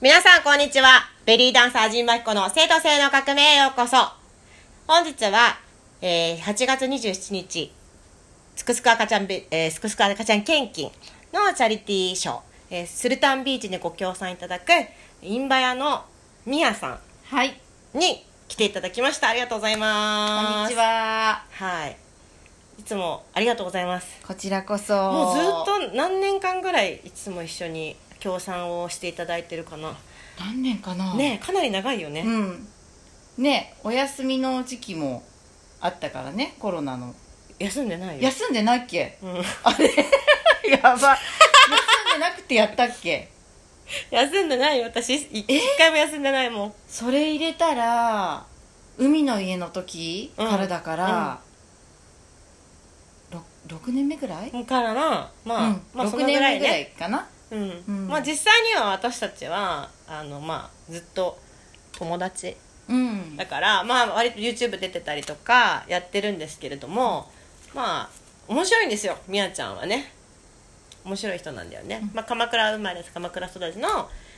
皆さんこんにちは。ベリーダンサー陣真彦の生徒性の革命へようこそ。本日は、えー8月27日、すくすく赤ちゃんべ、えーすくすく赤ちゃん献金のチャリティーショー、えースルタンビーチでご協賛いただく、インバヤのミヤさはい。んに来ていただきました。ありがとうございこます。んにち。は。はい。いつもありがとうございます。こちらこそ。もうずっと何年間ぐらいいつも一緒に協賛をしていただいてるかな、何年かな。。ねえかなり長いよね、うん。ね、お休みの時期もあったからね、コロナの。休んでないよ、休んでないっけうん、 やば。休んでなくてやったっけ休んでないよ私い一回も休んでないもんそれ入れたら、海の家の時からだから、ろ六 6, 年目ぐらい、だからなまあ、うんまあその6年ぐ目らぐらいねいかな。うん、うんまあ実際には私たちはあのまあずっと友達うん。だからまあ割と YouTube 出てたりとかやってるんですけれどもまあ面白いんですよみやちゃんはね面白い人なんだよね、うんまあ、鎌倉生まれです鎌倉育ちの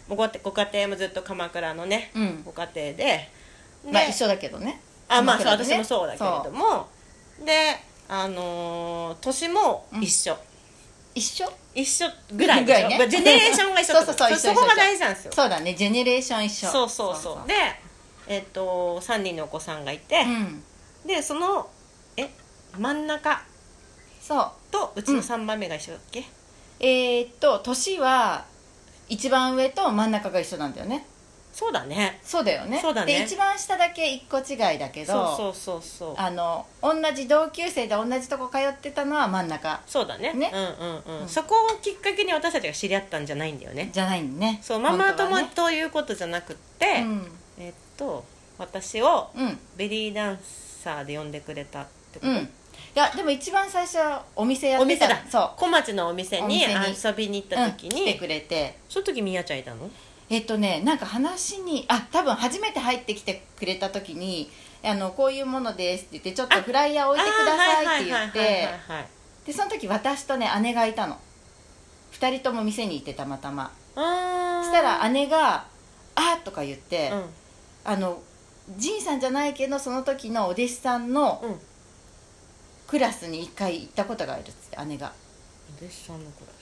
ご家ご家庭もずっと鎌倉のね、うんご家庭でで、まあ一緒だけどね。あまあそう鎌倉でね私もそうだけれどもであのー年も一緒、一緒一緒ぐらいでしょぐらいねジェネレーションが一緒ってこと そうそうそう一こ緒が一緒大事なんですよそうだねジェネレーション一緒そうそうそうでえっ、と3人のお子さんがいて、うんでそのえ真ん中そうとうちの3番目が一緒だっけ、えーっと年は一番上と真ん中が一緒なんだよねそうだねそうだよねそうだねで一番下だけ一個違いだけどそうそうそうそうあの同じ同級生で同じとこ通ってたのは真ん中そうだねねうんうんうん、うんそこをきっかけに私たちが知り合ったんじゃないんだよねじゃないんねそうママ友本ということじゃなくっ当て、はねえっと私をうんうんベリーダンサーで呼んでくれたってこと、うんいやでも一番最初はお店やおってた店だそう小町のお店おに店に遊びに行った時うん、来に、てくれてその時みやちゃんいたのえっとねなんか話にあ多分初めて入ってきてくれた時に「あのこういうものです」って言って「ちょっとフライヤー置いてください」って言っあーはいはいはいてはいはいでその時私とね姉がいたの2人とも店にいてたまたまあーそしたら姉が「あ」とか言って、うんあのじいさんじゃないけどその時のお弟子さんのうんクラスに1回行ったことがあるっつって姉がお弟子さんのクラス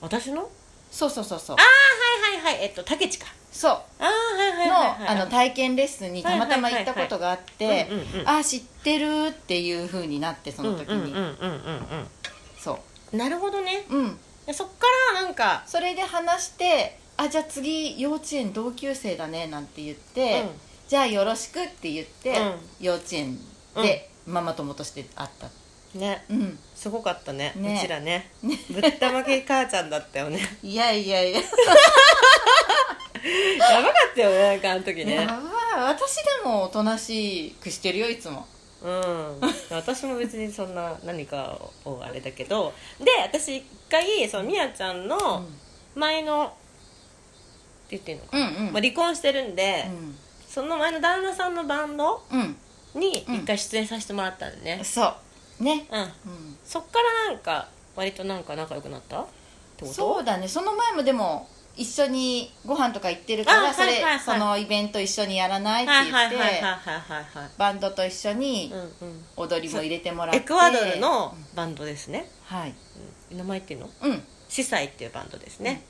私のそうそうそうそうはいはいはいえっと竹地かそうああはいはいはいのはいあの体験レッスンにたまたま行ったことがあってうんうんうんあ知ってるっていうふうになってその時うんうんうんうんにうんそうんなるほどねううんでそっからなんか、それで話してあじゃあ次幼稚園同級生だねなんて言ってうんじゃあよろしくって言ってう幼稚園でママ友として会ったねうんすごかったねねうちらねぶったまけ母ちゃんだったよね いやいやいややばかったよねなんかあの時 やねばい私でもおとなしくしてるよいつもうん私も別にそんな何かをあれだけどで私一回そのみやちゃんうんの前の、って言っていいのか、うんうんまあ、離婚してるんで、うんその前の旦那さんのバンドうんに一回出演させてもらったんでね、そうねうん、うんそっからなんか割となんか仲良くなったってことそうだねその前もでも一緒にご飯とか行ってるからあそれ、はいはいはいそのイベント一緒にやらないってはい言はっいて、はいはいはいはいはいバンドと一緒にうんうん踊りも入れてもらってエクアドルのバンドですね、はいうん名前っていうのうん司祭っていうバンドですね、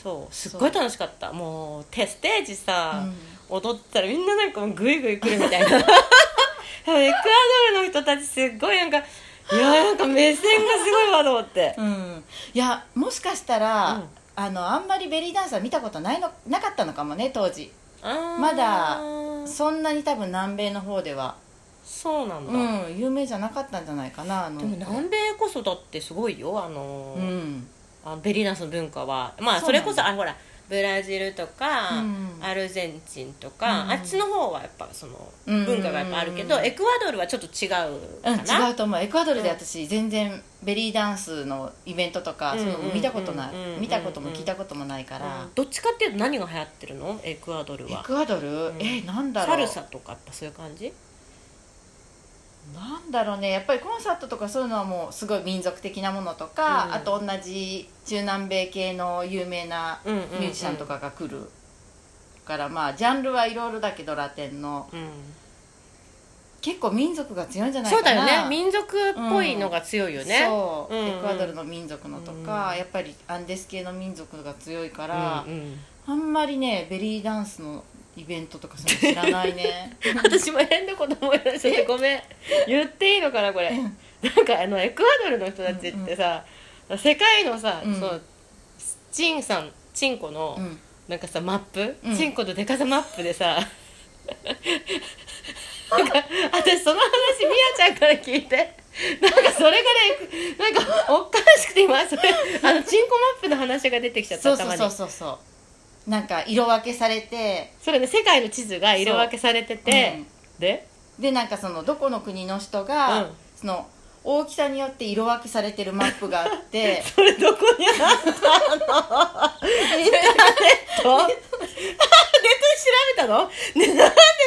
そうすっごい楽しかったもうテステージさ、踊ってたらみんななんかもうグイグイ来るみたい なでもエクアドルの人たちすっごいなんかいやーなんか目線がすごいわと思ってうん、うんいやもしかしたら、うんあのあんまりベリーダンサー見たことないのなかったのかもね当時ままだそんなに多分南米の方では、そうなんだ、うん、有名じゃなかったんじゃないかなあのでも南米こそだってすごいよあの,、うんあのベリーダンスの文化はまあそそうなれんだこそあほらブラジルとか、うんアルゼンチンとか、うんあっちの方はやっぱそのうん文化がやっぱあるけど、うんエクアドルはちょっと違ううん、かな、違うと思うエクアドルで私全然ベリーダンスのイベントとか、うんそういうの見たことない、うんうん見たことも聞いたこともないから、うんどっちかっていうと何が流行ってるのエクアドルエはクアドル、んえなんだろサうルサとかやっぱそういう感じなんだろうねやっぱりコンサートとかそういうのはもうすごい民族的なものとか、うんあと同じ中南米系の有名なうんうんうんミュージシャンとかが来る、からまあジャンルはいろいろだけどラテンのうん、結構民族が強いんじゃないそうかなだよね民族っぽいのが強いよね、そう、うんうんエクアドルの民族のとか、うんやっぱりアンデス系の民族が強いかうら、んうんあんまりねベリーダンスのイベントとかそういうの知らない ね私も変なこと思い出しちゃってごめん言っていいのかなこれなんかあのエクアドルの人たちってさ、世界のさ、うんそうチンさんチンコの、うんなんかさマップ、うんチンコとデカさマップでさなんか私その話みやちゃんから聞いてなんかそれがねなんかおっかしくて今それあのチンコマップの話が出てきちゃったそう頭そにうそうそうそうなんか色分けされてそれね世界の地図が色分けされてて、ででなんかそのどこの国の人うが、んその大きさによって色分けされてるマップがあって それどこにあったの ネットネットで調べたの、 ね、なんで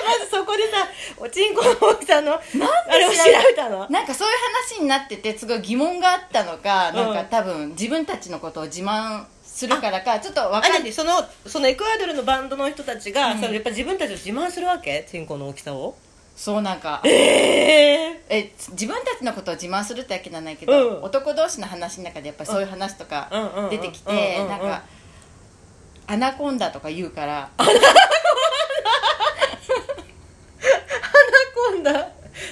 まずそこでさおちんこの大きさのあれを調べたの なんかそういう話になっててすごい疑問があったのか、んなんか多分自分たちのことを自慢するからかちょっと分かんあなないんでそのそのエクアドルのバンドの人たちが、うんそのやっぱ自分たちを自慢するわけチンコの大きさをそうなんかええ自分たちのことを自慢するってわけじゃないけど、うん男同士の話の中でやっぱりそういう話とうんうんうんうかん出てきてうんうんうんなんか「アナコンダ」とか言うからアナコンダ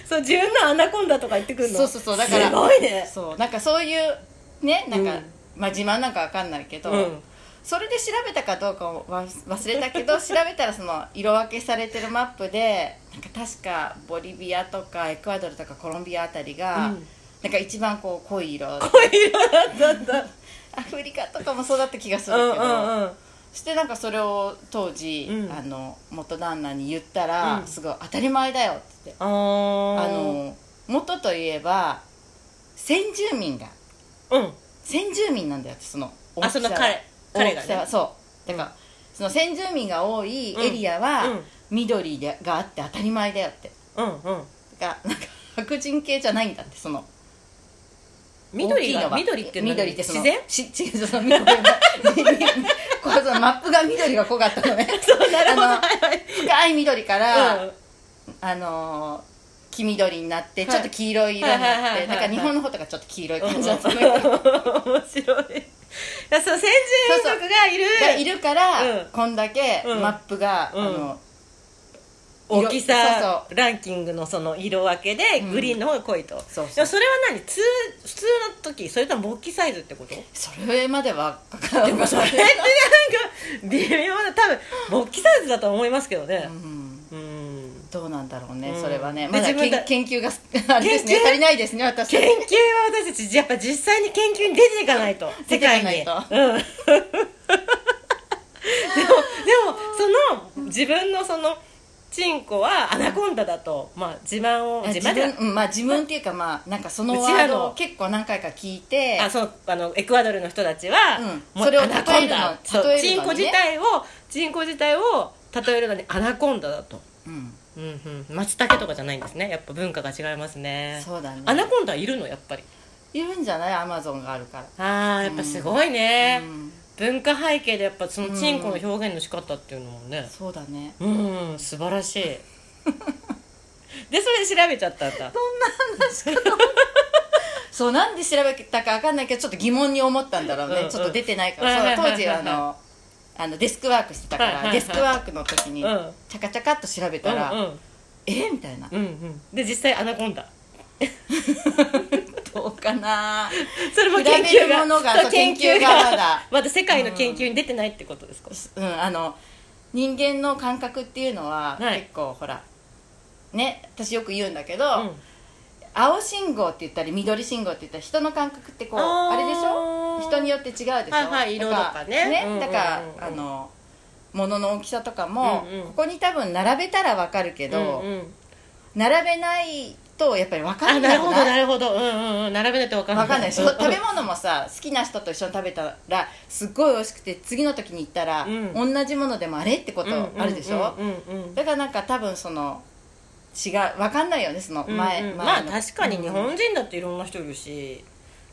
そう自分のアナコンダとか言ってくるのそうそうそうだからすごいねそうなんかそういうねなんか、うんまあ自慢なんかわかんないけど、うんそれで調べたかどうかを忘れたけ ど調べたらその色分けされてるマップでなんか確かボリビアとかエクアドルとかコロンビアあたりが、うんなんか一番こう濃い色こういう色だったんだアフリカとかもそうだった気がすうるけんど。うんうんそしてなんかそれを当時、うんあの元旦那に言ったら、うんすごい当たり前だよって言って、ああのの元といえば先住民がうん先住民なんだよってその大あきさそのは彼彼が大きさはねそうだから、その先住民が多いエリアは、うんうん緑でがあって当たり前だよってうんうんだからなんか白人系じゃないんだってその緑大きいがのは緑って何緑ってそ自の然し違うその緑が こうそのマップが緑が濃かったのね そうなるほどあの深い緑から、うんあのー黄緑になってはいちょっと黄色い色にはいはいなはっいはていなんか日本の方がちょっと黄色い感じだったの面が白いいやそう先住民族がいるいるから、うんこんだけうんマップが、うんあの大きさそうそランキングのその色分けでうんグリーンの方が濃いと、そうそうでもそれは何通普通の時それとも勃起サイズってこと それまではでもそれ、えなんか微妙な多分勃起サイズだと思いますけどね うん、うんどうなんだろうね、うんそれはでねまだ自分けたん研究が あれですね研究足りないですね私研究は私たちやっぱ実際に研究に出ていかない と世出ていか界なにいとうんでもでもその自分のそのチンコはアナコンダだと、まあ、自慢をあ自自慢じゃない分、うんまあ、自分っていうかまあなんかそのうワちらーのドを結構何回か聞いてあそうあのエクアドルの人たちは、うんもうそれをアナコンダ例えるのそう例えチるンのコにね自体をチンコ自体を例えるのにアナコンダだと、うん、うんうん、松茸とかじゃないんですねやっぱ文化が違いますねそうだねアナコンダいるのやっぱりいるんじゃないアマゾンがあるかあーやっぱすごいら、ね、うん、文化背景でやっぱそのチンコの表現の仕方っていうのもねそうだねうん、素晴らし いでそれで調べちゃったんだそうなんで調べたか分かんないけどちょっと疑問に思ったんだろうね、うんうんちょっと出てないかはいはいはらいそうはい当時はあのあのデスクワークしてたから、はいはいはいデスクワークの時にうんチャカチャカっと調べたら、うんうんえみたいなうんうんで実際アナコンダ どうかなそれも比研べ究るがものがそうそう研究がまだまだ世界の研究に出てないってことですか、うんあの人間の感覚っていうのははい結構、ほらね私よく言うんだけど、うん青信号って言ったり緑信号って言ったり人の感覚ってこうああーれでしょ人によって違うでしょ、はいはい色とかねうんうんうんだからあの物の大きさとかも、うんうんここに多分並べたらわかるけど、うんうん並べないとやっぱりわかあんななるいほどなるほどうんうんうん並べないと分かんないわかんないし、うんうん食べ物もさ好きな人と一緒に食べたらすっごい美味しくて次の時に行ったら、うん同じものでもあれってことあるでしょ、うんうんうんうんだからなんか多分その違うわかんないよねその前,、うんうんま前あの確かに日うん本人だっていろんな人いるし、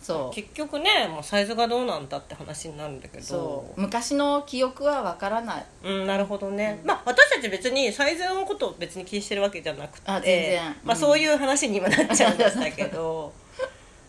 そう結局ねもうサイズがどうなんだって話になるんだけどそう昔の記憶はわからないうん、なるほどね、まあ私たち別にサイズのことを別に気にしてるわけじゃなくてあ全然まあ、うんそういう話に今なっちゃいましたけど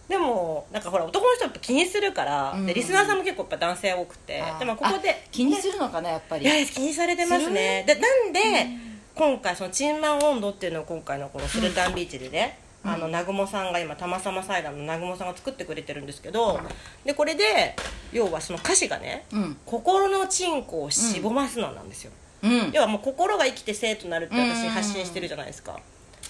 でもなんかほら男の人はやっぱ気にするから、うんでリスナーさんも結構やっぱ男性多くてあーでもここであ気にするのかなやっぱいりや気にされてますするねでなんで、今回その「チンマン温度」っていうのを今回のこのスルタンビーチでね、うんあの南雲さんが今たまさま祭壇の南雲さんが作ってくれてるんですけどでこれで要はその歌詞がねうん「心のチンコをしぼますの」なんですよ、うん要はもう心が生きて生となるってうんうんう私ん発信してるじゃないですか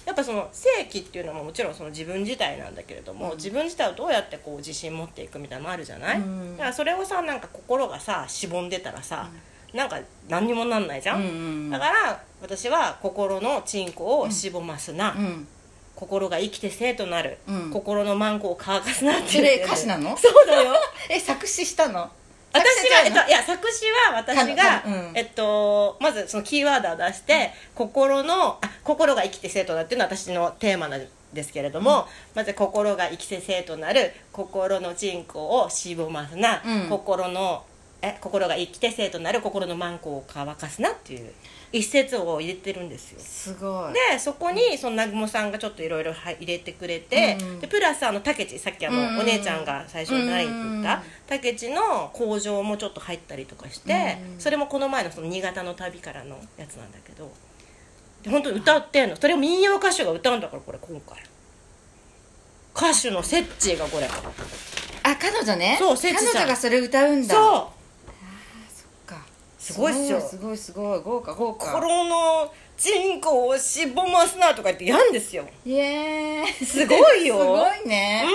やっぱその正規っていうのはもちろんその自分自体なんだけれども、うん自分自体をどうやってこう自信持っていくみたいなのもあるじゃない、うんだからそれをさなんか心がさしぼんでたらさ、なんか何にもなんないじゃ、うんんうんだから私は心のチンコをしぼますな、うん心が生きて生となる、うん心のマンコを乾かすなってそいうれ歌詞なのそうだよ え作詞したの私が、え作詞っじゃと、いや作詞は私がか、かうんえっと、まずそのキーワードを出して「心のあ心が生きて生徒だ」っていうのは私のテーマなんですけれども、まず「心が生きて生徒なる心の人口をしぼますな、うん心のえ心が生きて生徒なる心のマンコを乾かすな」っていう一節を入れてるんですよ。すごいでそこにその南雲さんがちょっといろいろ入れてくれて、うんでプラスあのタケチさっきあの、うんお姉ちゃんが最初に何言ったタケチの工場もちょっと入ったりとかして、うんそれもこの前のその新潟の旅からのやつなんだけどで本当に歌ってんのそれを民謡歌手が歌うんだからこれ今回歌手のセッチーがこれあ彼女ねそう聖地さん彼女がそれ歌うんだうそうかすごいっすよすごいすごい豪華豪華心の人口をしぼますなとか言ってやんですよイエーイすごいよ すごいね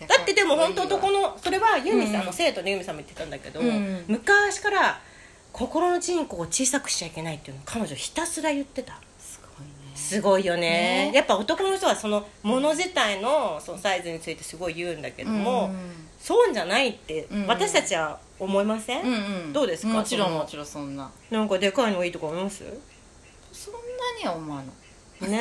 うん、だってでも本当男のそれはユミさん、うんあの生徒のユミさんも言ってたんだけど、うん昔から心の人口を小さくしちゃいけないっていうのを彼女ひたすら言ってたすごいねすごいよねねやっぱ男の人はそのもの自体のそのサイズについてすごい言うんだけども、そうんじゃないってうん私たちは思いません、うんうんんどうですかもちろそんのもちろんそんななんかでかいのがいいとか思い ますそんなには思わないね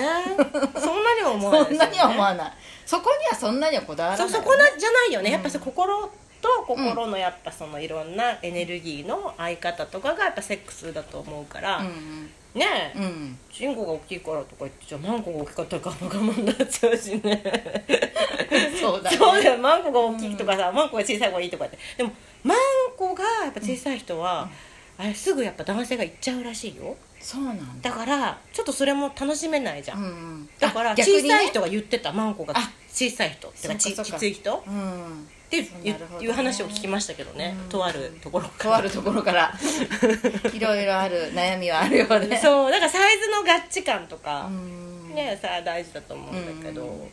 そんなには思わないそんなには思ないわないそこにはそんなにはこだわらそないうよそねこなじゃないよね、やっぱそう心と心のやっぱそのいろんなエネルギーの合い方とかがやっぱセックスだと思うから、ねえ、うんうんうんチンコが大きいからとか言ってじゃあマンコが大きかったらガマガマになっちゃうしねそうだねそうだよマンコが大きいとかさ、マンコが小さい方がいいとかってでもマンコがやっぱ小さい人は、あれすぐやっぱ男性が行っちゃうらしいよそうなんだだからちょっとそれも楽しめないじゃん、うんうんだからあ小逆にねさい人が言ってたマンコがあ小さい人ってかそちうかそうきかつい人うんっていうそういうなるほどねいう話を聞きましたけどね、うんとあるところかとあるところから いろいろある悩みはあるよらねそうだからサイズの合致感とかう、んねさ大事だと思うんだけど、うん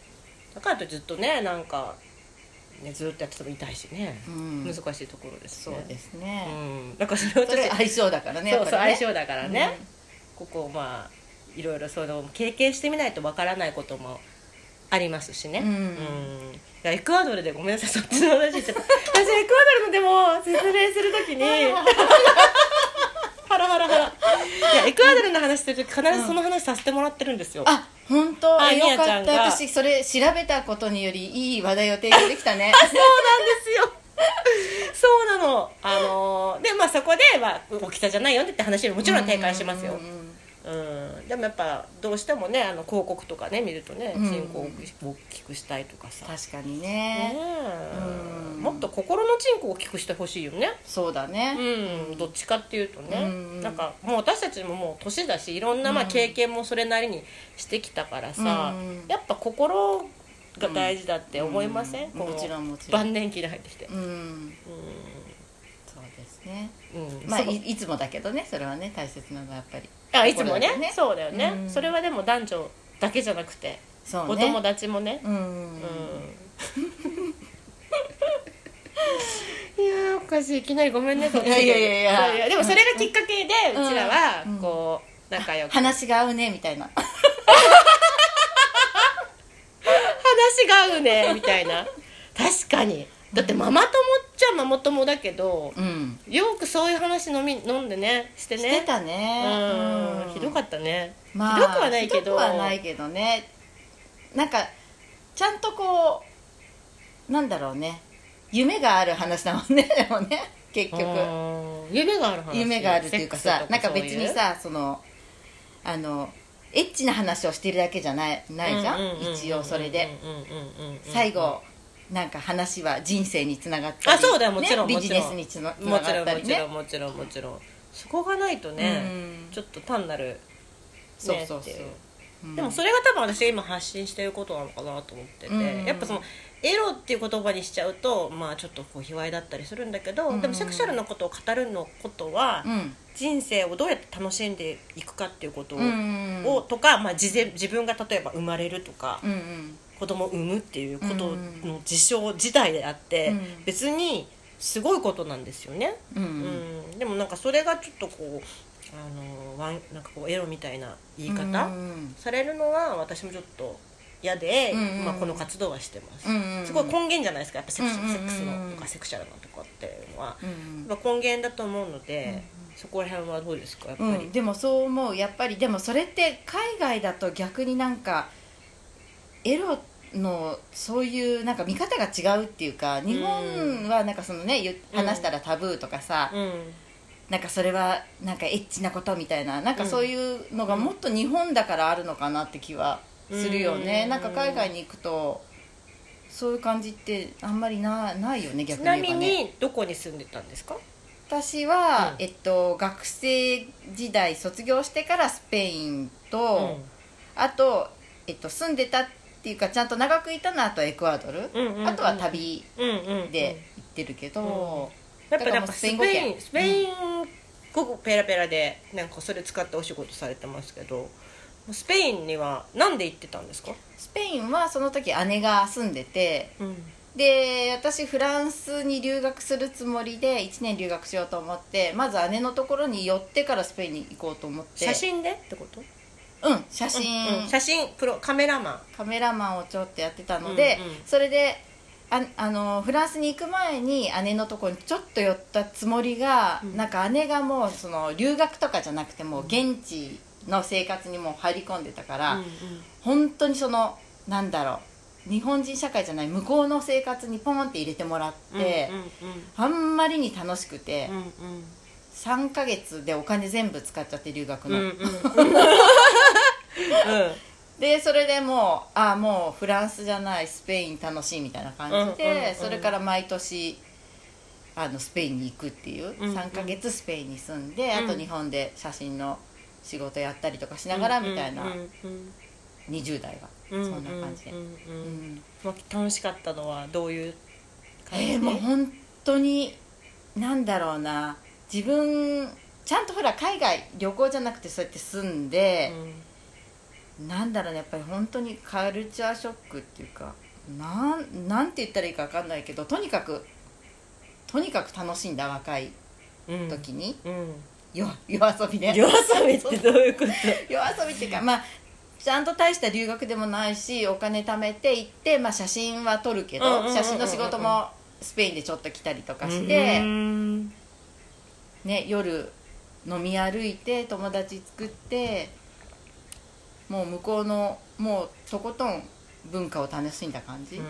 だからとずっとねなんか、ね、ずっとやってても痛いしね、うん難しいところですそねうですうねん、なんかそれをそちょっれと、相性だからねそうそう相だ性だからね、ここをまあいろいろその経験してみないとわからないこともありますしね、うんんいやエクアドルでごめんなさいそっちの話 しちゃった私エクアドルのでも説明するときに ハラハラハラいやエクアドルの話するとき必ずその話させてもらってるんですよ、あ本当あよみやちゃかんっがた私それ調べたことによりいい話題を提供できた ねそうなんですよ そうなのあのーでまあそこで、まあ、大きさじゃないよねって話ももちろん展開しますよ、うんうんうんうん、でもやっぱどうしてもねあの広告とかね見るとねうん人口を大き大きくしたいとかさ、確かにねねえうんもっと心の人口を大きくしてほしいよねそうだねうんどっちかっていうとね、うんなんかもう私たちももう年だしいろんなまあうん経験もそれなりにしてきたからさ、うんやっぱ心が大事だって思いません、うんこのもちろんもちろん晩年期で入ってきて、うんうそうですねんうんまあそういいつもだけどねそれはね大切なのはやっぱりあいつも心ねだねそうだよね、うんそれはでも男女だけじゃなくて、そうおね友達もね、うんうんいやーおかしいいきなりごめんねそっちでいやいやいやいそやうでもそれがきっかけでううんちらはうんこう仲良く話話が合うねみたいなが合うねみたいな確かにだってママ友っちゃママ友だけどうんよくそういう話飲み飲んでねしてねしてたねうんひどかったね、まあ、ひどくはないけどひどくはないけどねなんかちゃんとこうなんだろうね夢がある話だもんね でもね結局うん夢がある話夢があるっていうかセッさクスとなんか別にそういうさそのあのエッチな話をしてるだけじゃないないじゃん,、うううう一応それで、うんうんうんうん最後なんか話は人生につながったりあそうだよもちろん、ねもビちジろんネスにつなつもなちがろっんたもりちろねんもちろんもちろんそこがないとね、うんちょっと単なる、ね、そうそうってそいうううんでもそれが多分私が今発信してることなのかなと思ってて、うんやっぱそのエロっていう言葉にしちゃうとまあちょっとこう卑猥だったりするんだけど、うんでもセクシャルなことを語るのことは、うん人生をどうやって楽しんでいくかっていうことを,、うんとか、まあ、事前自分が例えば生まれるとか、うんうん子供を産むっていうことの事象自体であって、うん別にすごいことなんですよね。うんううんん、でもなんかそれがちょっとこうあのワンなんかこうエロみたいな言い方、うんされるのは私もちょっと嫌で、うんうんうんまあ、この活動はしてます、うんうんすごい根源じゃないですかやっぱセクシ,、うんうんうんセックスのとかセクシャルなとかっていうのは、うんやっぱ根源だと思うので、そこら辺はどうですかやっぱうり、ん、でもそう思うやっぱりでもそれって海外だと逆になんかエロのそういうなんか見方が違うっていうか日本はなんかそのね言ううん話したらタブーとかさ、うんなんかそれはなんかエッチなことみたいななんかそういうのがもっと日本だからあるのかなって気はするよね、うんなんか海外に行くとそういう感じってあんまりなないよねち逆にな言えばねみにどこに住んでたんですか私は、うんえっと、学生時代卒業してからスペインと、あと、えっと、住んでたっていうかちゃんと長くいたのはあとエクアドル、うんうんうんあとは旅うんうんうんで行ってるけど、やっぱなんかスペインだからもうススペペイイン語ペラペラでなんかそれ使ってお仕事されてますけどスペインにはなんで行ってたんですか、スペインはその時姉が住んでてうんで私フランスに留学するつもりで1年留学しようと思ってまず姉のところに寄ってからスペインに行こうと思って写真でってことうん写真、うん写真プロカメラマンカメラマンをちょっとやってたので、うんうんそれでああのフランスに行く前に姉のとこにちょっと寄ったつもりが、うんなんか姉がもうその留学とかじゃなくてもう現地の生活にもう入り込んでたから、本当にそのなんだろう日本人社会じゃない向こうの生活にポンって入れてもらって、あんまりに楽しくて、3ヶ月でお金全部使っちゃって留学 の、でそれでもうあもうフランスじゃないスペイン楽しいみたいな感じで、うんうんうんそれから毎年あのスペインに行くっていう、うんうん3ヶ月スペインに住んで、うんあと日本で写真の仕事やったりとかしながらみたいな、20代はそんな感じで、うん楽しかったのはどういう感じえーもう本当になんだろうな自分ちゃんとほら海外旅行じゃなくてそうやって住んで、なんだろうねやっぱり本当にカルチャーショックっていうかなんなんて言ったらいいか分かんないけどとにかくとにかく楽しんだ若い時に、夜夜遊 びで夜遊びってどういうこと 夜遊びっていうかまあちゃんと大した留学でもないしお金貯めて行って、まあ、写真は撮るけうんうんうんうんうんど写真の仕事もスペインでちょっと来たりとかして、ね、夜飲み歩いて友達作ってもう向こうのもうとことん文化を楽しんだ感じ、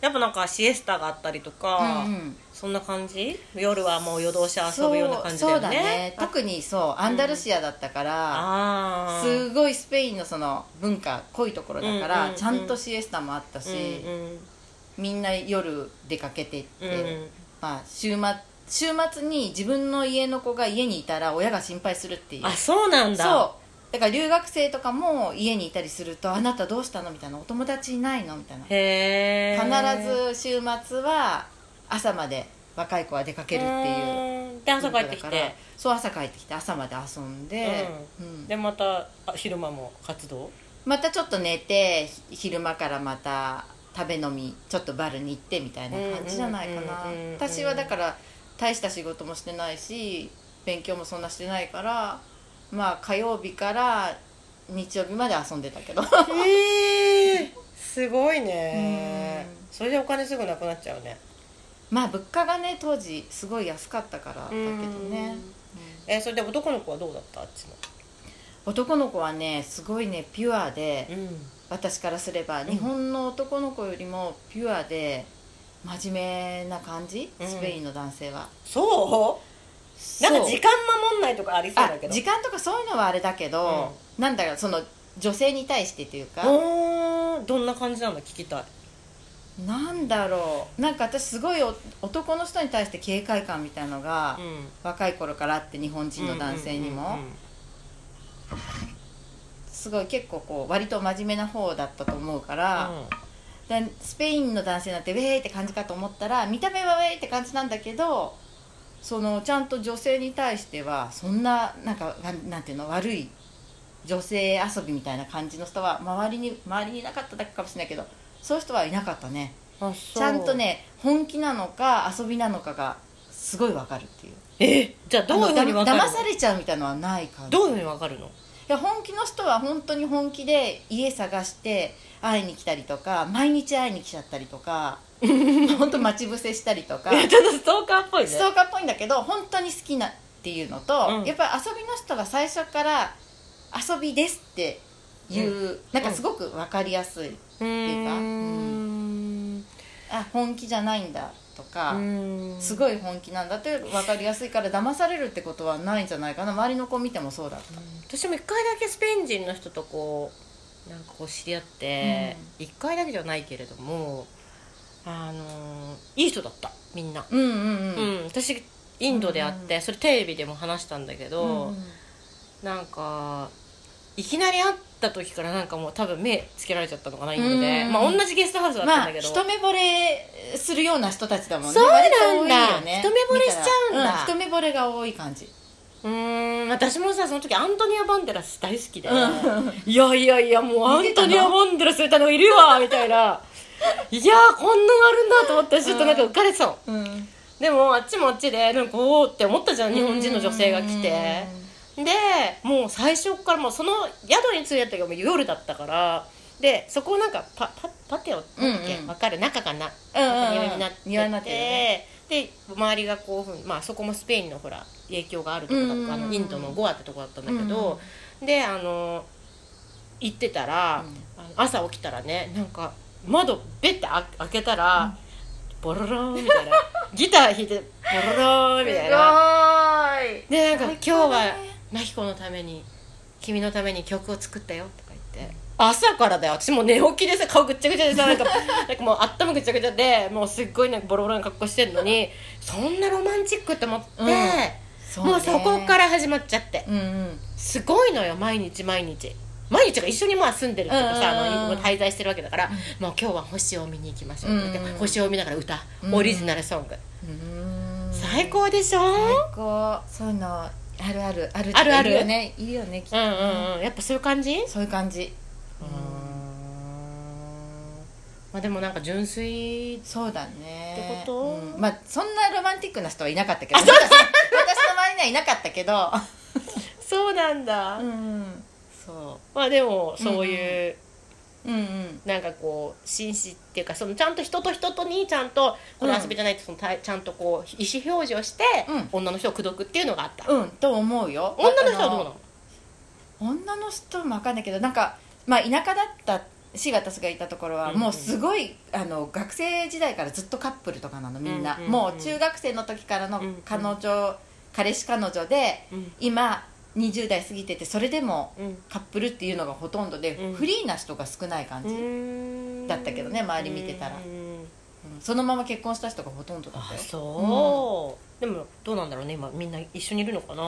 やっぱなんかシエスタがあったりとか、そんな感じ夜はもう夜通し遊ぶような感じだそうよねそうだね特にそうアンダルシアだったから、ああすごいスペインのその文化濃いところだから、うんうんうんちゃんとシエスタもあったし、みんな夜出かけてって、まあ、週末週末に自分の家の子が家にいたら親が心配するっていうあそうなんだそうだから留学生とかも家にいたりすると「あなたどうしたの?」みたいな「お友達いないの?」みたいなへえ必ず週末は朝まで若い子は出かけるっていううで朝帰ってき文化だからてそう朝帰ってきて朝まで遊んで、うんでまたあ昼間も活動またちょっと寝てひ昼間からまた食べ飲みちょっとバルに行ってみたいな感じじゃないかなうんうんうんうんうん私はだから大した仕事もしてないし勉強もそんなしてないからまあ火曜日から日曜日まで遊んでたけどへえすごいねうんそれでお金すぐなくなっちゃうね まあ物価がね当時すごい安かったからだけどねうんえそれで男の子はどうだったあっちの男の子はねすごいねピュアでうん私からすればん日本の男の子よりもピュアで真面目な感じうんスペインの男性は、そうなそうんか時間守んないとかありそうあだけど時間とかそういうのはあれだけど、なんだかその女性に対してというか、おーどんな感じなの聞きたいなんだろうなんか私すごいお男の人に対して警戒感みたいのが、ん若い頃からあって日本人の男性にも、すごい結構こう割と真面目な方だったと思うから、だスペインの男性なんてウェーって感じかと思ったら見た目はウェーって感じなんだけどそのちゃんと女性に対してはそんななんかなんなんていうの悪い女性遊びみたいな感じの人は周りに周りにいなかっただけかもしれないけどそういう人はいなかったねあそうちゃんとね本気なのか遊びなのかがすごいわかるっていうえじゃあどういうふうにあの分だかるまの騙されちゃうみたいのはない感じどういうふうに分かるのいや本気の人は本当に本気で家探して会いに来たりとか毎日会いに来ちゃったりと か本当待ち伏せしたり とかえちょっとストーカーっぽいねストーカーっぽいんだけど本当に好きなっていうのと、うんやっぱり遊びの人は最初から遊びですっていう、なんかすごく分かりやすい、うーうんあ本気じゃないんだとか、うんすごい本気なんだって分かりやすいから騙されるってことはないんじゃないかな周りの子見てもそうだった、私も一回だけスペイン人の人とこうなんかこう知り合って一、回だけじゃないけれどもあのーいい人だったみんな、うんうんううんん、私インドで会って、それテレビでも話したんだけど、うんなんかいきなり会った時からなんかもう多分目つけられちゃったのかなインドで、うんまあ、同じゲストハウスだったまんあだけど、一目惚れするような人たちだもんねそうなんだ割と多いよね一目惚れしちゃうんだ見たら一目惚れが多い感じうーん私もさその時アントニア・バンデラス大好きで、ういやいやいやもうアントニア・バンデラスみたいなのいるわみたいないやーこんなのあるんだと思ってちょっとなんか浮かれてたの、うんでもあっちもあっちでなんかおおって思ったじゃん日本人の女性が来てでもう最初からもうその宿に着いた時はもう夜だったからでそこをなんかパパパテオなんだっけ、うんうんわかる中かなうんうんうん庭になってて庭になってるねで周りがこういうふうに、まあ、そこもスペインのほら影響があるとこだった、うんうんうんあのインドのゴアってとこだったんだけど、であの行ってたら、あの朝起きたらねなんか窓ベッてあ開けたら、ボロローンみたいなギター弾いてボロローンみたいな。なでなんか今最日高だねは真彦のために君のために曲を作ったよとか言って朝からだよ私もう寝起きでさ顔ぐっちゃぐちゃでさ なんかなんかもう頭ぐっちゃぐちゃでもうすっごいなんかボロボロな格好してるのにそんなロマンチックと思って、うんもうそこから始まっちゃってうんうんすごいのよ毎日毎日毎日が一緒にまあ住んでるっていうかさ、うんうんうんあの滞在してるわけだから、もう今日は星を見に行きましょうって言って、うん星を見ながら歌うんオリジナルソング、うん最高でしょ、最高そういうのあるあるあるあるあるいいよねいいよねきっうとんうんうんやっぱそういう感じそういう感じうんまあでもなんか純粋そうだねってことうんまあそんなロマンティックな人はいなかったけど私私の周りにはいなかったけどそうなんだ、うんそうまあでもそういう、うんうんなんかこう紳士っていうかそのちゃんと人と人とにちゃんとこの遊びじゃないとそのたいちゃんとこう意思表示をして、うん女の人を口説くっていうのがあった、うんと思うよ女の人はどうなのあの女の人も分かんないけどなんか、まあ、田舎だったし私がいたところうんはうんもうすごい、あの学生時代からずっとカップルとかなのみんうな、んうんうんもう中学生の時からのうんうん彼女、彼氏彼女でうん今20代過ぎててそれでもうんカップルっていうのがほとんどで、うんフリーな人が少ない感じ、だったけどね周り見てたらうんうんそのまま結婚した人がほとんどだっあたよそう、でもどうなんだろうね今みんな一緒にいるのかな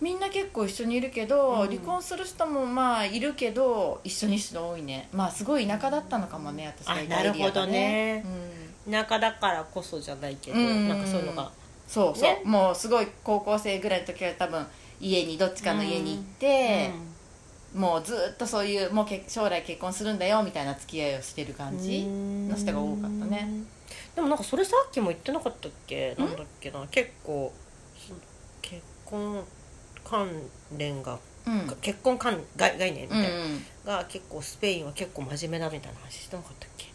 みんな結構一緒にいるけど、うん離婚する人もまあいるけど一緒にしてる人多いねまあすごい田舎だったのかもね私がいたあエリアがなるねほうん田舎だからこそじゃないけど、うんなんかそういうのがそうそう、ねもうすごい高校生ぐらいの時は多分家にどっちかの家に行って、もうずっとそういうもうけ将来結婚するんだよみたいな付き合いをしてる感じの人が多かったねでもなんかそれさっきも言ってなかったっけなんだっけな結構そ結婚関連が、うん、うん結婚関概概念みたいな、うんが結構スペインは結構真面目だみたいな話してなかったっけ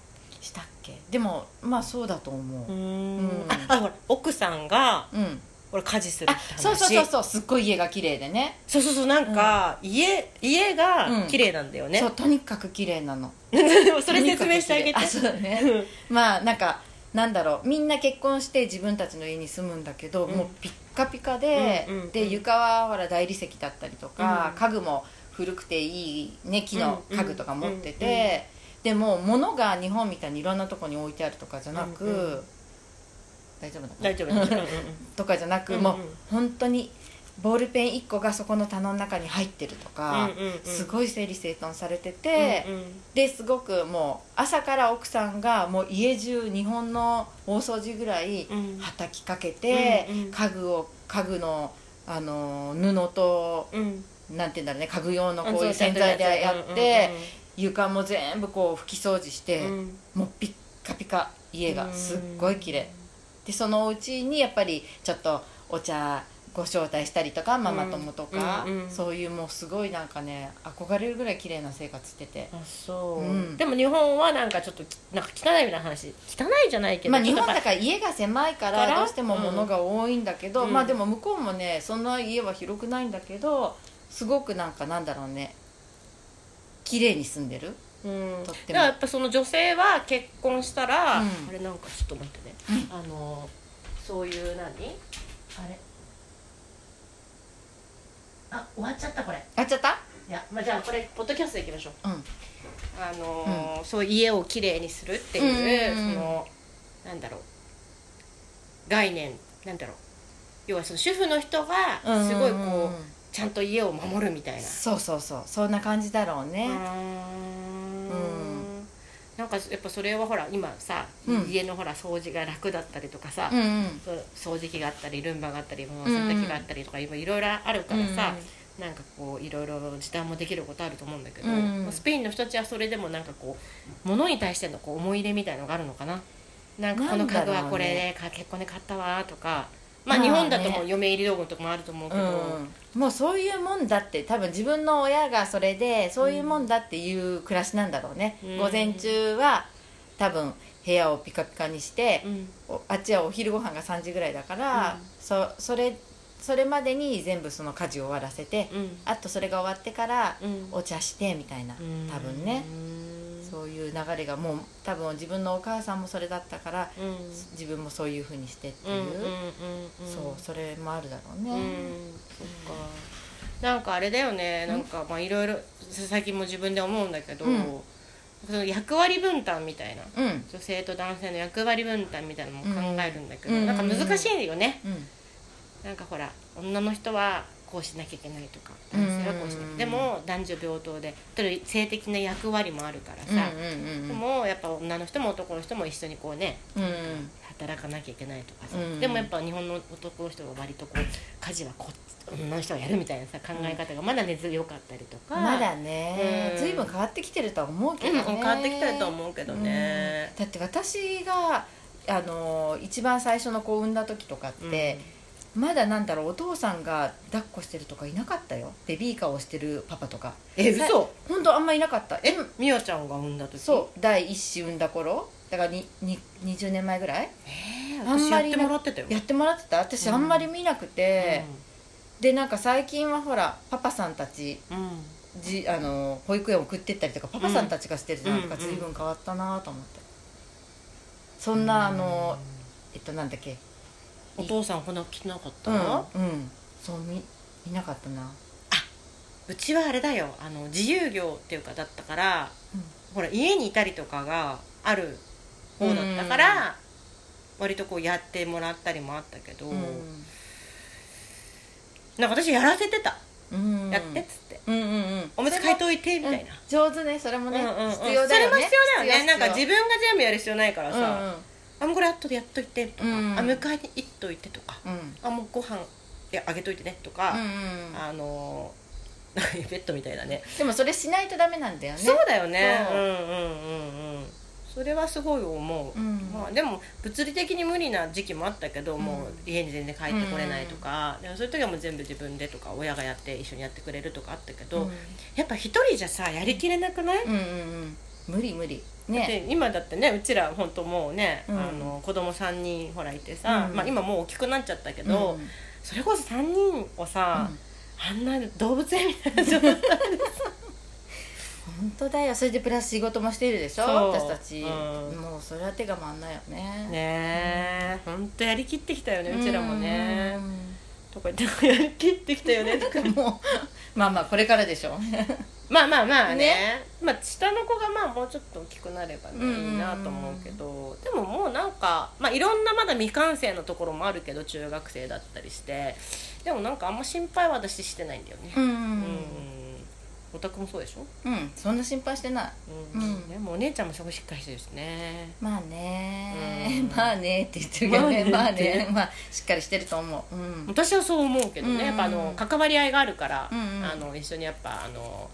したっけけでもまあそうだと思ううーうんんあほら奥さんがうん、ほら家事するっあて話そうそうそうそうすっごい家が綺麗でねそうそうそうなんか、家家がうん綺麗なんだよね、そうとにかく綺麗なので もそれ説明してあげてとにかく綺麗あそうだねうんまあなんかなんだろうみんな結婚して自分たちの家に住むんだけど、うんもうピッカピカで、うんうんうんで床はほら大理石だったりとか、うん家具も古くていい、ね、木の家具とか持ってて、うんうんうんでもう物が日本みたいにいろんなとこに置いてあるとかじゃなく、うんうん大丈夫だ大丈夫大丈夫うんうんとかじゃなく、うんうんもう本当にボールペン1個がそこの棚の中に入ってるとか、うんうんうんすごい整理整頓されてて、うんうんですごくもう朝から奥さんがもう家中日本の大掃除ぐらいうんはたきかけて、うんうん家具を家具のあの布とうんなんて言うんだろうね家具用のあこうそいうう洗剤でやうんうんうんって床も全部こう拭き掃除して、うんもうピッカピカ家がすっごい綺麗うでそのうちにやっぱりちょっとお茶ご招待したりとかママ友とか、うんうんそういうもうすごいなんかね憧れるぐらい綺麗な生活してて。あそう、うんでも日本はなんかちょっときなんか汚いみたいな話汚いじゃないけど、まあ、日本ちょっだとから家が狭いからからどうしても物が多いんだけど、うんまあでも向こうもねそんな家は広くないんだけどすごくなんかなんだろうね綺麗に住んでるうんとだっかてもらやっぱその女性は結婚したら、うんあれなんかちょっと待ってね、あのそういう何あれあ終わっちゃったこれあちゃったいや、まあ、じゃあこれポッドキャストでいきましょううんあのーそう家をきれいにするっていう、うんうんうんそのなんだろう概念なんだろう要はその主婦の人がうんすごいこう、うんちゃんと家を守るみたいな、そうそうそうそんな感じだろううーねんうんなんかやっぱそれはほら今さ、うん家のほら掃除が楽だったりとかさ、うんうん掃除機があったりルンバがあったりもう洗濯機があったりとか、今いろいろあるからさ、なんかこういろいろ時短もできることあると思うんだけど、うんまあスペインの人たちはそれでもなんかこう物に対してのこう思い入れみたいのがあるのかななんかこの家具はこれで、か結婚で買ったわとかまあまあ日ね本だともう嫁入り道具とかもあると思うけど、うん、もうそういうもんだって多分自分の親がそれでそういうもんだっていう暮らしなんだろうね、うん午前中は多分部屋をピカピカにして、うんおあっちはお昼ご飯が3時ぐらいだから、うんそそれそれまでに全部その家事を終わらせて、うんあとそれが終わってからうんお茶してみたいな、うん多分ね、うんそういう流れがもう多分自分のお母さんもそれだったからうん自分もそういうふうにしてってうんいううん、うんそうそれもあるだろうね、うんなんかあれだよねなんかまあいろいろ最近も自分で思うんだけど、うんその役割分担みたいなうんうん女性と男性の役割分担みたいなのも考えるんだけど、うんなんか難しいよねうんなんかほら女の人はこうしなきゃいけないとかうん男性はこうしなきゃ、でも男女平等で例えば性的な役割もあるからさ、うんでもやっぱ女の人も男の人も一緒にこうねうん働かなきゃいけないとかさ、うんでもやっぱ日本の男の人は割とこう家事はこっち女の人がやるみたいなさ考え方がまだ根強かったりとか、まだねうん随分変わってきてるとは思うけうどん、ね変わってきたと思うけどねう。んだって私があの一番最初の子を産んだ時とかって、まだなんだろうお父さんが抱っこしてるとかいなかったよベビーカーをしてるパパとかえ嘘本当あんまいなかったえみよちゃんが産んだ時そう第一子産んだ頃だからにに20年前ぐらいえあんま私やっりてもらってたよやってもらってた私あんまり見なくて、でなんか最近はほらパパさんたちうんうんじあの保育園送ってったりとかパパさんたちがしてるじゃん、うんとかうん随分変わったなと思ってそんなあのえっとなんだっけお父さんこんな着てなかっうたん、うのん、そう見見なかったなうちはあれだよあの自由業っていうかだったから、うんほら家にいたりとかがある方だったから、割とこうやってもらったりもあったけど、うん、なんか私やらせてた、うん、やってっつってうんうんうんおむつ書書いとといてみたいな、上手ねそれもね、うんうんうん必要だそれよねも必要だよねなんか自必分が全部やる必要ないから要さ、あもうこれ後でやっといてとか、うんあ迎えに行っといてとかうんうんうんあもうご飯いやあげといてねとか、うんうんあのー ペットみたいだねでもそれしないとダメなんだよねそうだよねうそうんうんうんうんそれはすごい思う、うんまあ、でも物理的に無理な時期もあったけど、んもう家に全然帰ってこれないとか、でもそういう時はもう全部自分でとか親がやって一緒にやってくれるとかあったけど、うんやっぱ一人じゃさやりきれなくない、うんうんうん無理無理だっねて今だってねうちら本当もうね、うんあの子供3人ほらいてさ、うんまあ、今もう大きくなっちゃったけど、うんそれこそ3人をさ、うんあんな動物園みたいな状態で本当だよそれでプラス仕事もしてるでしょそう私たち、うんもうそれは手が回んないよねねえ本当やりきってきたよねうちらもねうんとか言ってやりきってきたよ ねとかなんかもうまあまあこれからでしょまあまあまあねねまあ下の子がまあもうちょっと大きくなればね、うんいいなと思うけどでももうなんか、まあ、いろんなまだ未完成のところもあるけど中学生だったりしてでもなんかあんま心配は私してないんだよねうんうんおたくもそうでしょ、うんそんな心配してないうんうんね、もうお姉ちゃんもそこしっかりしてるしねまあねうん まあねって言ってるけどねままああねねまあしっかりしてると思ううん私はそう思うけどね、うんうんやっぱあの関わり合いがあるから、うんうんあの一緒にやっぱあの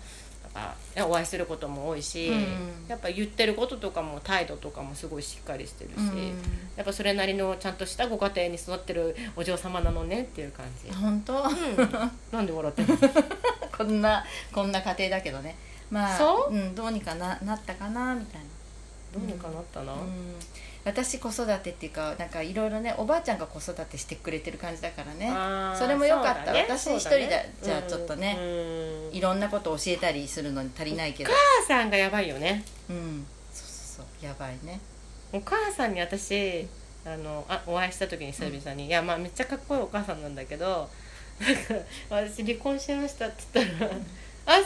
やっぱねお会いすることも多いし、うんうんやっぱ言ってることとかも態度とかもすごいしっかりしてるし、うんやっぱそれなりのちゃんとしたご家庭に育ってるお嬢様なのねっていう感じ、本当 なんで笑ってんのこんなこんな家庭だけどねまあそううんどうにかななったかなみたいなどうにかなったな、うん私子育てっていうかなんかいろいろねおばあちゃんが子育てしてくれてる感じだからねあーそれも良かったそうだね私そう一人だだねじゃあちょっとねうんいろんなことを教えたりするのに足りないけどお母さんがやばいよねうんそうそうそうやばいねお母さんに私あのあお会いした時に久々に「いやまあめっちゃかっこいいお母さんなんだけど なんか私離婚しました」って言ったら「あそう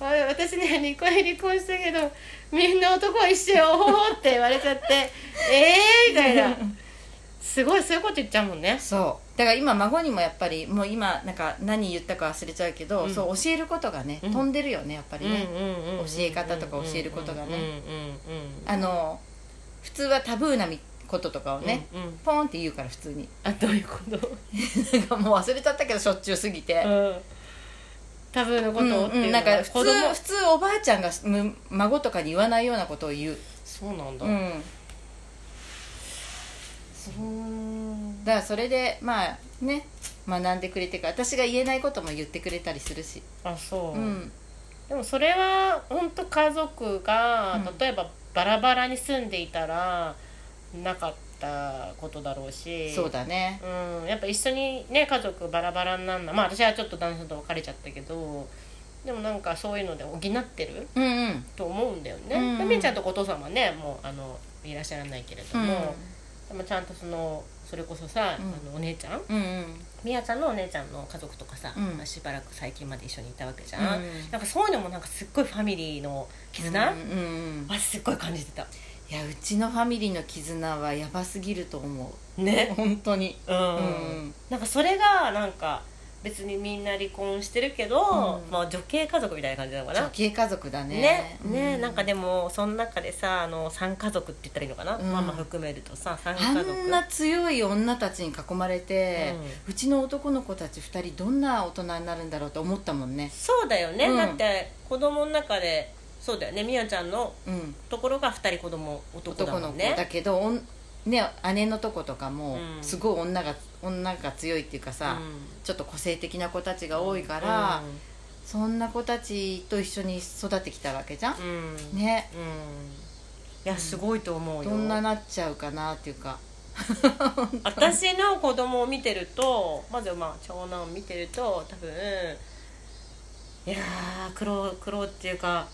あ私ね離婚離婚したけどみんな男は一緒よ」って言われちゃって 「ええー」みたいなすごいそういうこと言っちゃうもんねそうだから今孫にもやっぱりもう今なんか何言ったか忘れちゃうけど、うんそう教えることがね、うん飛んでるよねやっぱりね、教教え方とか教えることがねうんうんうんあの普通はタブーなみこととかをね、うんうんポンって言うから普通に あどういうことなんかもう忘れちゃったけどしょっちゅう過ぎて、うんタブーのこうんとをってう、いうんのなはんか普子通供普通おばあちゃんがむ孫とかに言わないようなことを言う、そうなんだうん、うんだからそれでまあね学んでくれてから私が言えないことも言ってくれたりするし、あそう、うんでもそれは本当家族が、うん例えばバラバラに住んでいたらなかったことだろうしそうだねうん、やっぱ一緒にね家族バラバラになんなまあ私はちょっと旦那さんと別れちゃったけどでもなんかそういうので補ってるうんうんと思うんだよね、うんうんでみーちゃんとこお父様はねもうあのいらっしゃらないけれどうんも、でもちゃんとそのそれこそさ、うんあのお姉ちゃんうんうんみやちゃんのお姉ちゃんの家族とかさ、うんまあしばらく最近まで一緒にいたわけじゃん、うんなんかそういうのもなんかすっごいファミリーの絆、うんうんうんあすっごい感じてたいやうちのファミリーの絆はやばすぎると思うね 本当にうん、うんなんかそれがなんか別にみんな離婚してるけど、うんまあ女系家族みたいな感じなのか女な系家族だねねうねなんかでもその中でさあの3家族って言ったらいいのかな、うんママ含めるとさ3あ家族んな強い女たちに囲まれて、うちの男の子たち2人どんな大人になるんだろうと思ったもんねそうだよね、うんだって子供の中でそうだよねみやちゃんのうんところが2人子供男だ男ものん子ねだけど、おんね、姉のとことかも、うんすごい女が女が強いっていうかうさ、ちょっと個性的な子たちがん多いから、うんそんな子たちと一緒に育ってきたわけじゃん、うんねうんいやすごいと思うよどんななっちゃうかなっていうか私の子供を見てるとまずまあ長男を見てると多分いやー苦労苦労っていうか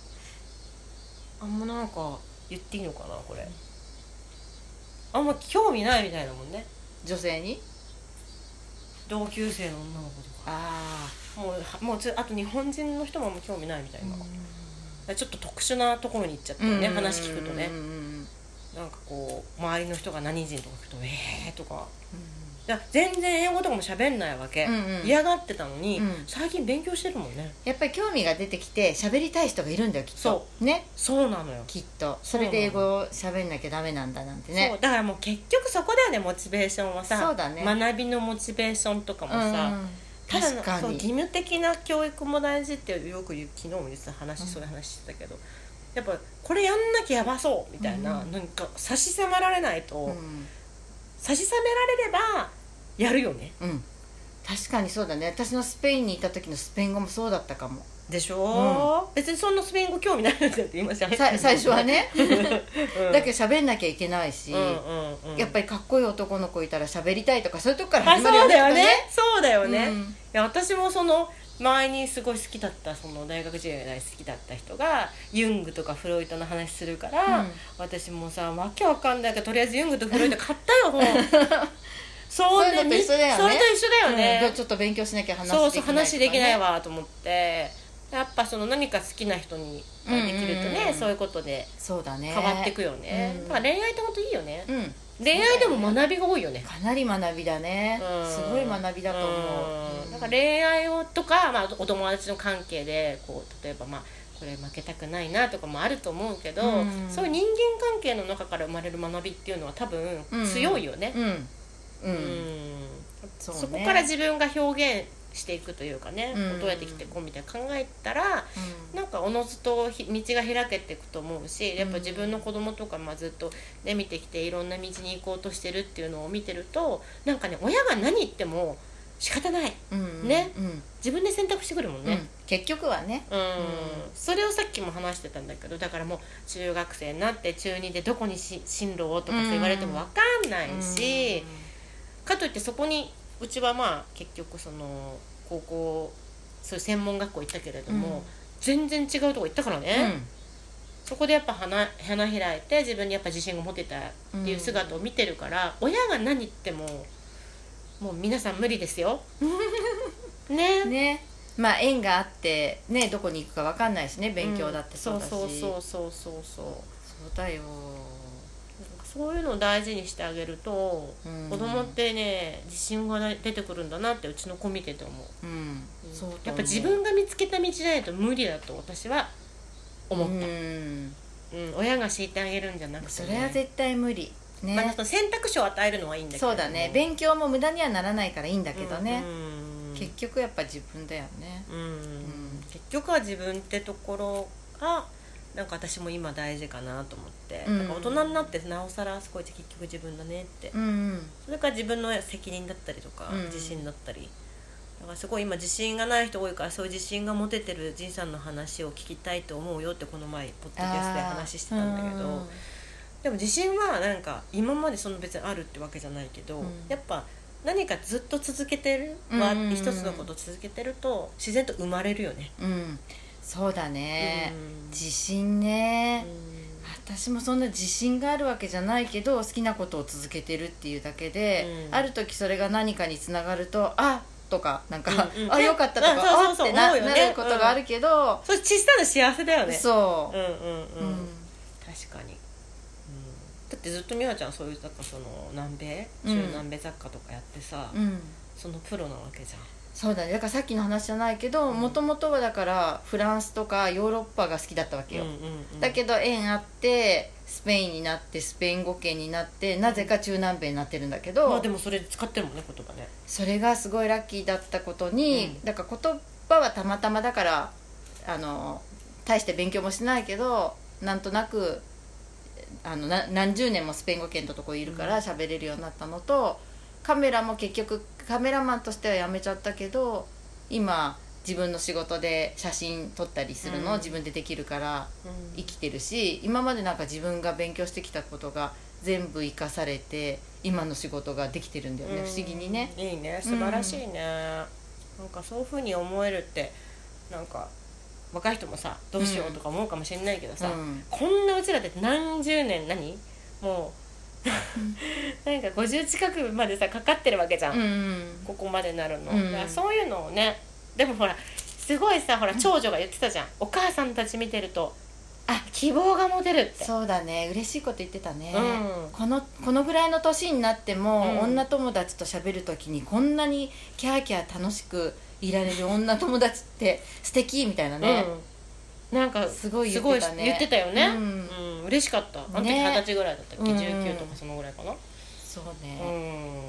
あんまなんか言っていいのかなこれあんま興味ないみたいなもんね女性に同級生の女の子とかあもうはもうつあと日本人の人もあんま興味ないみたいあな、だからちょっと特殊なところに行っちゃってるね、話聞くとねうんうんうんなんかこう周りの人が何人とか聞くと「えー」とかうんいや全然英語とかも喋んないわけ、うんうん嫌がってたのに、うん最近勉強してるもんねやっぱり興味が出てきて喋りたい人がいるんだよきっとそねそうなのよ、きっとそれで英語を喋んなきゃダメなんだなんてそねうだからもう結局そこだよねモチベーションはさそうだね学びのモチベーションとかもさ、うんうんただの確かそうに義務的な教育も大事ってよく言う昨日も実は話、そういう話してたけどやっぱこれやんなきゃやばそうみたいな、うんなんか差し迫られないと、うん差し迫られればやるよねうん確かにそうだね私のスペインにいた時のスペイン語もそうだったかもでしょ、別にそんなスペイン語興味ないんだって言いましたねさ最初はねうんだけど喋んなきゃいけないし、うんうんうんやっぱりかっこいい男の子いたら喋りたいとかそういうとこからあ始そまうるよねだよねきっそうだよね、うんいや私もその前にすごい好きだったその大学時代好きだった人がユングとかフロイトの話するから、うん私もさわけわかんないからとりあえずユングとフロイト買ったよもうそう そういうのと一緒だよねそれと一緒だとよねね、うんちょっと勉強しなきゃ話そうそう話できないわわと思ってやっぱその何か好きな人にができるとね、うんうんうんそういうことでそうだね変わってくよね、うんだから恋愛って本当いいよね、うん恋愛でも学びが多いよねかなり学びだね、うんすごい学びだと思う、んうんなんか恋愛をとか、まあ、お友達の関係でこう例えばまあこれ負けたくないなとかもあると思うけど、うんそういう人間関係の中から生まれる学びっていうのは多分うん強いよね、うんううんんそそうねこから自分が表現していくというかね、うんどうやって生きていこうみたいな考えたらなんかおのずとひ道が開けていくと思うしやっぱ自分の子供とかまあずっと、ね、見てきていろんな道に行こうとしてるっていうのを見てるとなんかね親が何言っても仕方ないうんねうん自分で選択してくるもんうねん、結局はねうんそれをさっきも話してたんだけどだからもう中学生になって中2でどこにし進路をとかって言われても分かんないし、かといってそこにうちはまあ結局その高校そういう専門学校行ったけれども、うん全然違うとこ行ったからね、そこでやっぱ花花開いて自分にやっぱ自信が持てたっていう姿を見てるから、親が何言ってももう皆さん無理です よ。うんねまあ縁があってねどこに行くか分かんないしね勉強だってそうだし、そうそうそうそうそうそうだよ、そうそういうのを大事にしてあげると、うん子供ってね自信が出てくるんだなってうちの子見てて思う,、うんそうだやっぱ自分が見つけた道じゃないと無理だと私は思思っうた、んうん親が敷いてあげるんじゃなくてそね、れは絶対無理ね、まあ、その選択肢を与えるのはいいんだけどそうだね勉強も無駄にはならないからいいんだけどねう、ん結局やっぱ自分だよねうん結局は自分ってところがなんか私も今大事かなと思って、うんなんか大人になってなおさらすごい結局自分だねってうんうんそれから自分の責任だったりとか、うん自信だったりだからすごい今自信がない人多いからそういう自信が持ててるじいさんの話を聞きたいと思うよってこの前ポッドキャストで話してたんだけど、でも自信はなんか今までその別にあるってわけじゃないけど、うんやっぱ何かずっと続けてる、うんうんうんまあ一つのことを続けてると自然と生まれるよね。うん、うんそうだね、うん自信ね、う私もそんな自信があるわけじゃないけど好きなことを続けてるっていうだけで、うんある時それが何かにつながるとあとかなんか、うんうんあよかったとうんか、そうあそうそうってな,、思うよねなることがあるけど、それ小さな幸せだよね。そうんうんう、うん。うん確かに。うんだってずっと美和ちゃんそういうなんかその南米うん中南米雑貨とかやってさ、うんそのプロなわけじゃん。そうだねだからさっきの話じゃないけどもともとはだからフランスとかヨーロッパが好きだったわけよ、うんうんうんだけど縁あってスペインになってスペイン語圏になってなぜか中南米になってるんだけど、まあでもそれ使ってるもんね言葉ね。それがすごいラッキーだったことに、うんだから言葉はたまたまだからあの大して勉強もしないけどなんとなくあのな何十年もスペイン語圏のとこいるから喋れるようになったのと、カメラも結局カメラマンとしてはやめちゃったけど今自分の仕事で写真撮ったりするのうをん自分でできるからうん生きてるし今までなんか自分が勉強してきたことが全部生かされて今の仕事ができてるんだよね、不思議にね。いいね素晴らしいね、なんかそういうふうに思えるってなんか若い人もさどうしようとか思うかもしれないけどさ、うんこんなうちらって何十年何もう なんか50近くまでさかかってるわけじゃん、うんここまでなるの、うんだからそういうのをねでもほらすごいさほら長女が言ってたじゃん、お母さんたち見てるとあ希望が持てるってそうだね嬉しいこと言ってたね、うんこのこのぐらいの年になっても、うん女友達と喋る時にこんなにキャーキャー楽しくいら れる女友達って素敵みたいなね、うん、なんかすごい言ってたねすごい言ってたよね、ううん嬉しかったあの時ね二十歳ぐらいだったっけ、うん19とかそのぐらいかなそううね、ん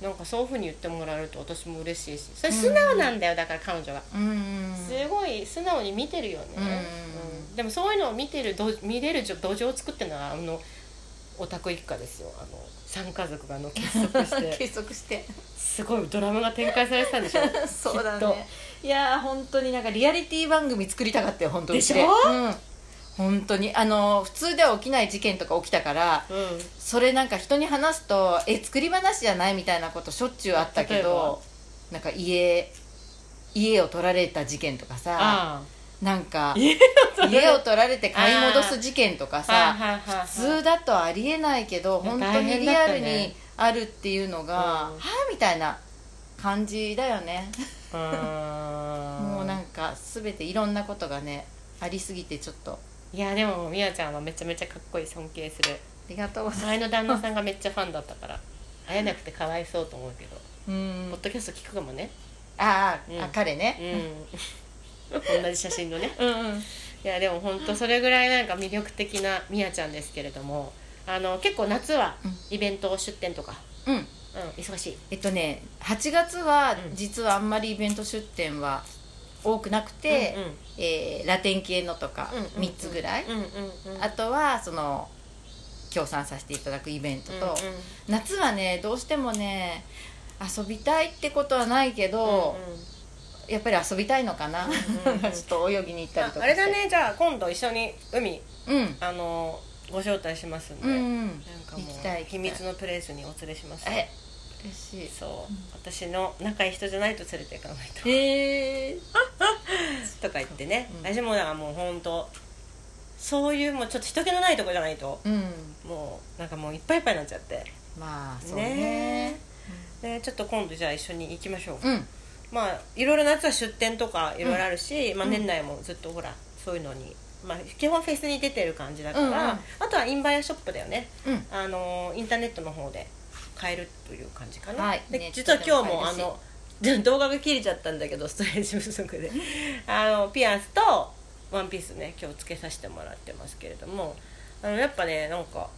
なんかそういうふうに言ってもらえると私も嬉しいしそれ素直なんだよ、だから彼女がうんすごい素直に見てるよね、うんでもそういうのを見てるど見れる土壌を作ってるのはあのオタク一家ですよあの3家族があの結束して 結束してすごいドラマが展開されてたん でしょそうだきっとねいやー本当になんかリアリティ番組作りたかったよ本当にでしょうん本当にあの普通では起きない事件とか起きたからうんそれなんか人に話すと「え作り話じゃない?」みたいなことしょっちゅうあったけどなんか家家を取られた事件とかさあなんか家家を取られて買い戻す事件とかあはいさはいはい普通だとありえないけどいや本当にリ大変だっアルたねにあるっていうのがはうんあみたいな感じだよねももうなんか全ていろんなことがねありすぎてちょっとあいやでもみやちゃんはめちゃめちゃかっこいい尊敬するりがとうございます前の旦那さんがめっちゃファンだったから会えなくてかわいそうと思うけど、うんポッドキャスト聞くかもねあーうんあ彼うねん同じ写真のねうんうんいやでも本当それぐらいなんか魅力的なみやちゃんですけれどもあの結構夏はうイベント出店とか、うんうん、忙しいえっとね8月はうん実はあんまりイベント出店は多くなくて、えーラテン系のとかうんうんうん3つぐらい、うんうんうんうんあとはその協賛させていただくイベントと、うんうん夏はねどうしてもね遊びたいってことはないけど、うんうんやっぱり遊びたいのかな、うんうんうんちょっと泳ぎに行ったりあとかあれだねじゃあ今度一緒に海うんあのご招待しますんで、うんなんうんかもう行きたい行きたい秘密のプレイスにお連れしますえ嬉しいそう、私の仲いい人じゃないと連れていかないとへえとか言ってね、うん私もだからもう本当そういうもうちょっと人気のないとこじゃないとうんもうなんかもういっぱいいっぱいになっちゃってまあそうねねでちょっと今度じゃあ一緒に行きましょう、うんまあいろいろ夏は出店とかいろいろあるし、まあ、うん年内もずっとほらそういうのに、まあ、基本フェスに出てる感じだから、うんうんあとはインバヤショップだよねうんあのインターネットの方で買えるという感じかな、はいでネット実は今日でももあ買えるしの 動画が切れちゃったんだけどストレージ不足であのピアスとワンピースね今日つけさせてもらってますけれどもあのやっぱねなんか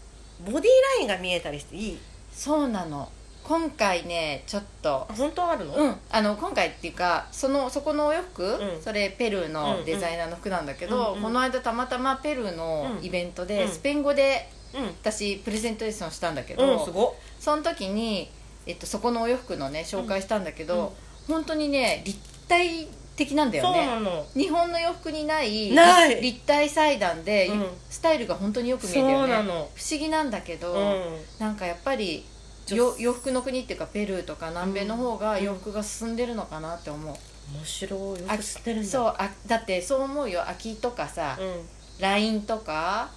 ボディーラインが見えたりしていいそうなの今回ねちょっとあ本当あるの、うんあの今回っていうかそのそこのお洋服、うんそれペルーのデザイナーの服なんだけど、うんうんこの間たまたまペルーのイベントで、うんスペイン語でう私プレゼンテーションしたんだけんど、うんすごっその時に、えっと、そこのお洋服のね紹介したんだけど、うんうん本当にね立体的なんだそようねなの日本の洋服にないない立体裁断で、うんスタイルが本当によく見えたよねそうなの不思議なんだけど、うなんかやっぱり女よ洋服の国っていうかペルーとか南米の方が洋服が進んでるのかなって思う、ん面白いよあく知ってるんだそうあだってそう思うよ空きとかさ、うん、ラインとか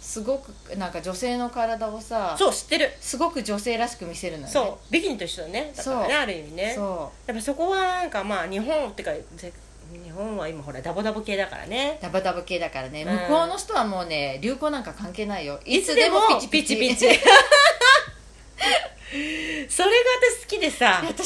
すごくなんか女性の体をさそう知ってる、すごく女性らしく見せるのよねそうビキニと一緒だねだからねそうある意味ねそやっぱそこはなんかまあ日本ってかぜ日本は今ほらダボダボ系だからねダバダバ系だからね、うん向こうの人はもうね流行なんか関係ないよいいつでもピチピチ ピチそれが私好きでさ私も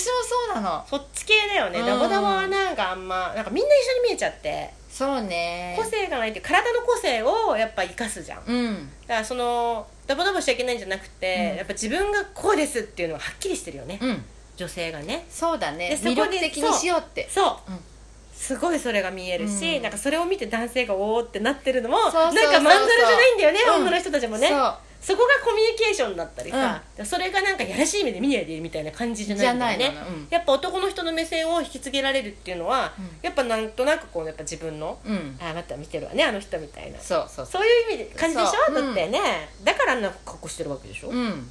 そうなのそっち系だよねうんダボダボはなんかあんまなんかみんな一緒に見えちゃってそうね個性がないっていう体の個性をやっぱ生かすじゃんだかうんらそのダボダボしちゃいけないんじゃなくて、うんやっぱ自分がこうですっていうのははっきりしてるよね、うん女性がねそうだねでそこ魅で力的にしようってそう、うんすごいそれが見えるし、うんなんかそれを見て男性がおおってなってるのもそうそうそうそうなんかまんざらじゃないんだよね、うん女の人たちもねそうそこがコミュニケーションだったりさ、それがなんかやらしい目で見ないでみたいな感じじゃじなゃいんだないよのねね、うんやっぱ男の人の目線を引き継げられるっていうのは、うんやっぱなんとなくこうやっぱ自分のうん、ああまた見てるわねあの人みたいなそそうそうそういう意味で感じでしょそうだってね、だからあんな格好してるわけでしょ、う、うん、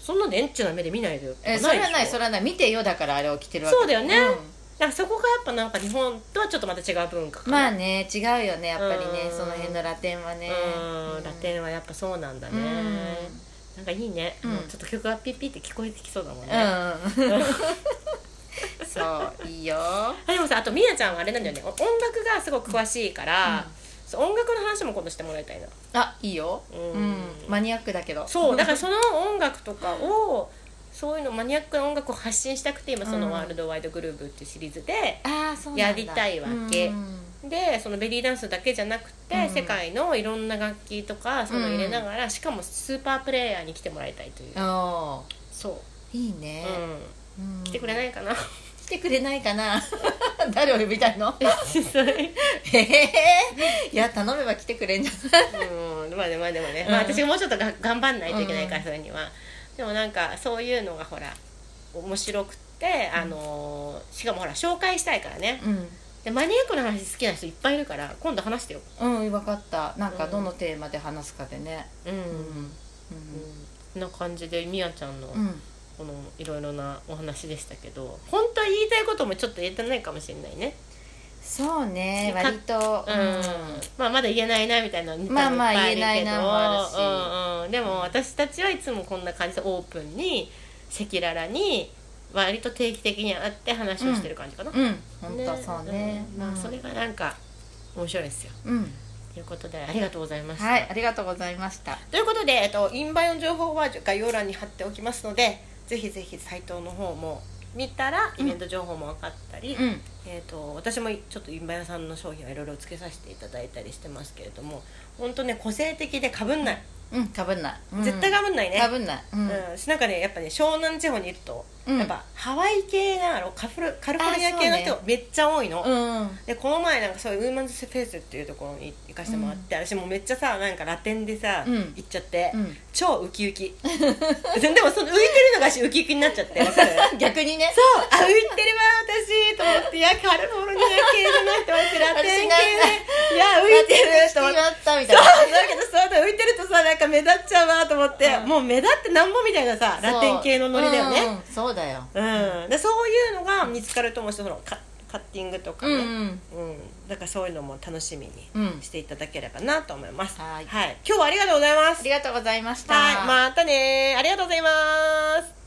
そんなのエッチな目で見ないでよとかなえいでしそょれはないそれはない見てよだからあれを着てるわけそうだよねなんかそこがやっぱなんか日本とはちょっとまた違う文化うかん、なまあね違うよねやっぱりねうんその辺のラテンはねうんラテンはやっぱそうなんだね、なんかいいね、うんもうちょっと曲がピッピって聞こえてきそうだもんね、あうん、 うん、そういいよでもさあとみやちゃんはあれなんだよねお音楽がすごく詳しいから、そう音楽の話も今度してもらいたいなあいいよ、うんうん、マニアックだけどそうだからその音楽とかをそういうのマニアックな音楽を発信したくて今その「ワールドワイドグルーブ」っていうシリーズで、ああそうなんだやりたいわけうんでそのベリーダンスだけじゃなくて、うん世界のいろんな楽器とかそういうのを入れながら、しかもスーパープレイヤーに来てもらいたいという、おーそういいね、うん、う ん来てくれないかな、てくれないかな 誰を呼びたいのそれ ええいや頼めば来てくれんじゃないうんまあでもまあでもね、うんまあ、私がもうちょっとが頑張んないといけないから、うんそれにはでもなんかそういうのがほら面白くって、あのーしかもほら紹介したいからねうんでマニアックな話好きな人いっぱいいるから今度話してようん分かったなんかうんどのテーマで話すかでねうん、ううんんこんな感じでみやちゃんの、うん、うんこのいろいろなお話でしたけど本当は言いたいこともちょっと言えてないかもしれないねそうねか割とうん、まあまだ言えないなみたいなのまあまあいっぱるけど言えないなもあるしうんうん、でも私たちはいつもこんな感じでオープンに赤裸々に割と定期的に会って話をしてる感じかな、うん本当そうねうんまあ、それががなんか面白いですようんということでありがとうございました、はいありがとうございましたということで、えっと、インバイの情報は概要欄に貼っておきますのでぜひぜひサイトの方も見たらイベント情報も分かったり、うんえー、と私もちょっとインバヤさんの商品はいろいろつけさせていただいたりしてますけれども本当ね個性的でかぶんない、うんかぶんないうん絶対かぶんないねかぶんないうんうんなんかねやっぱね湘南地方にいると、うんやっぱハワイ系なのカフルカリフォルニア系のあそう人めっちゃ多いの、うんでこの前なんかそういうウーマンズフェイスっていうところに行かせてもらって、私もめっちゃさなんかラテンでさ、うん行っちゃって、うん超ウキウキ でもその浮いてるのが私ウキウキになっちゃってわかる逆にねそうあ浮いてるわ私と思っていやカリフォルニア系じゃなくて私ラテン系でいや浮いてると思ってやったみたそいうなだけどそうだ浮いてるとさなんか目立っちゃうわと思って、うんもう目立ってなんぼみたいなさラテン系のノリだようんねうんそうだようん、でそういうのが見つかると思うしそのカカッティングとかうんね、うんうん、だからそういうのも楽しみにうんしていただければなと思います。はいはい、今日はありがとうございまあす。りがとうございましたはい、またねーありがとうございます。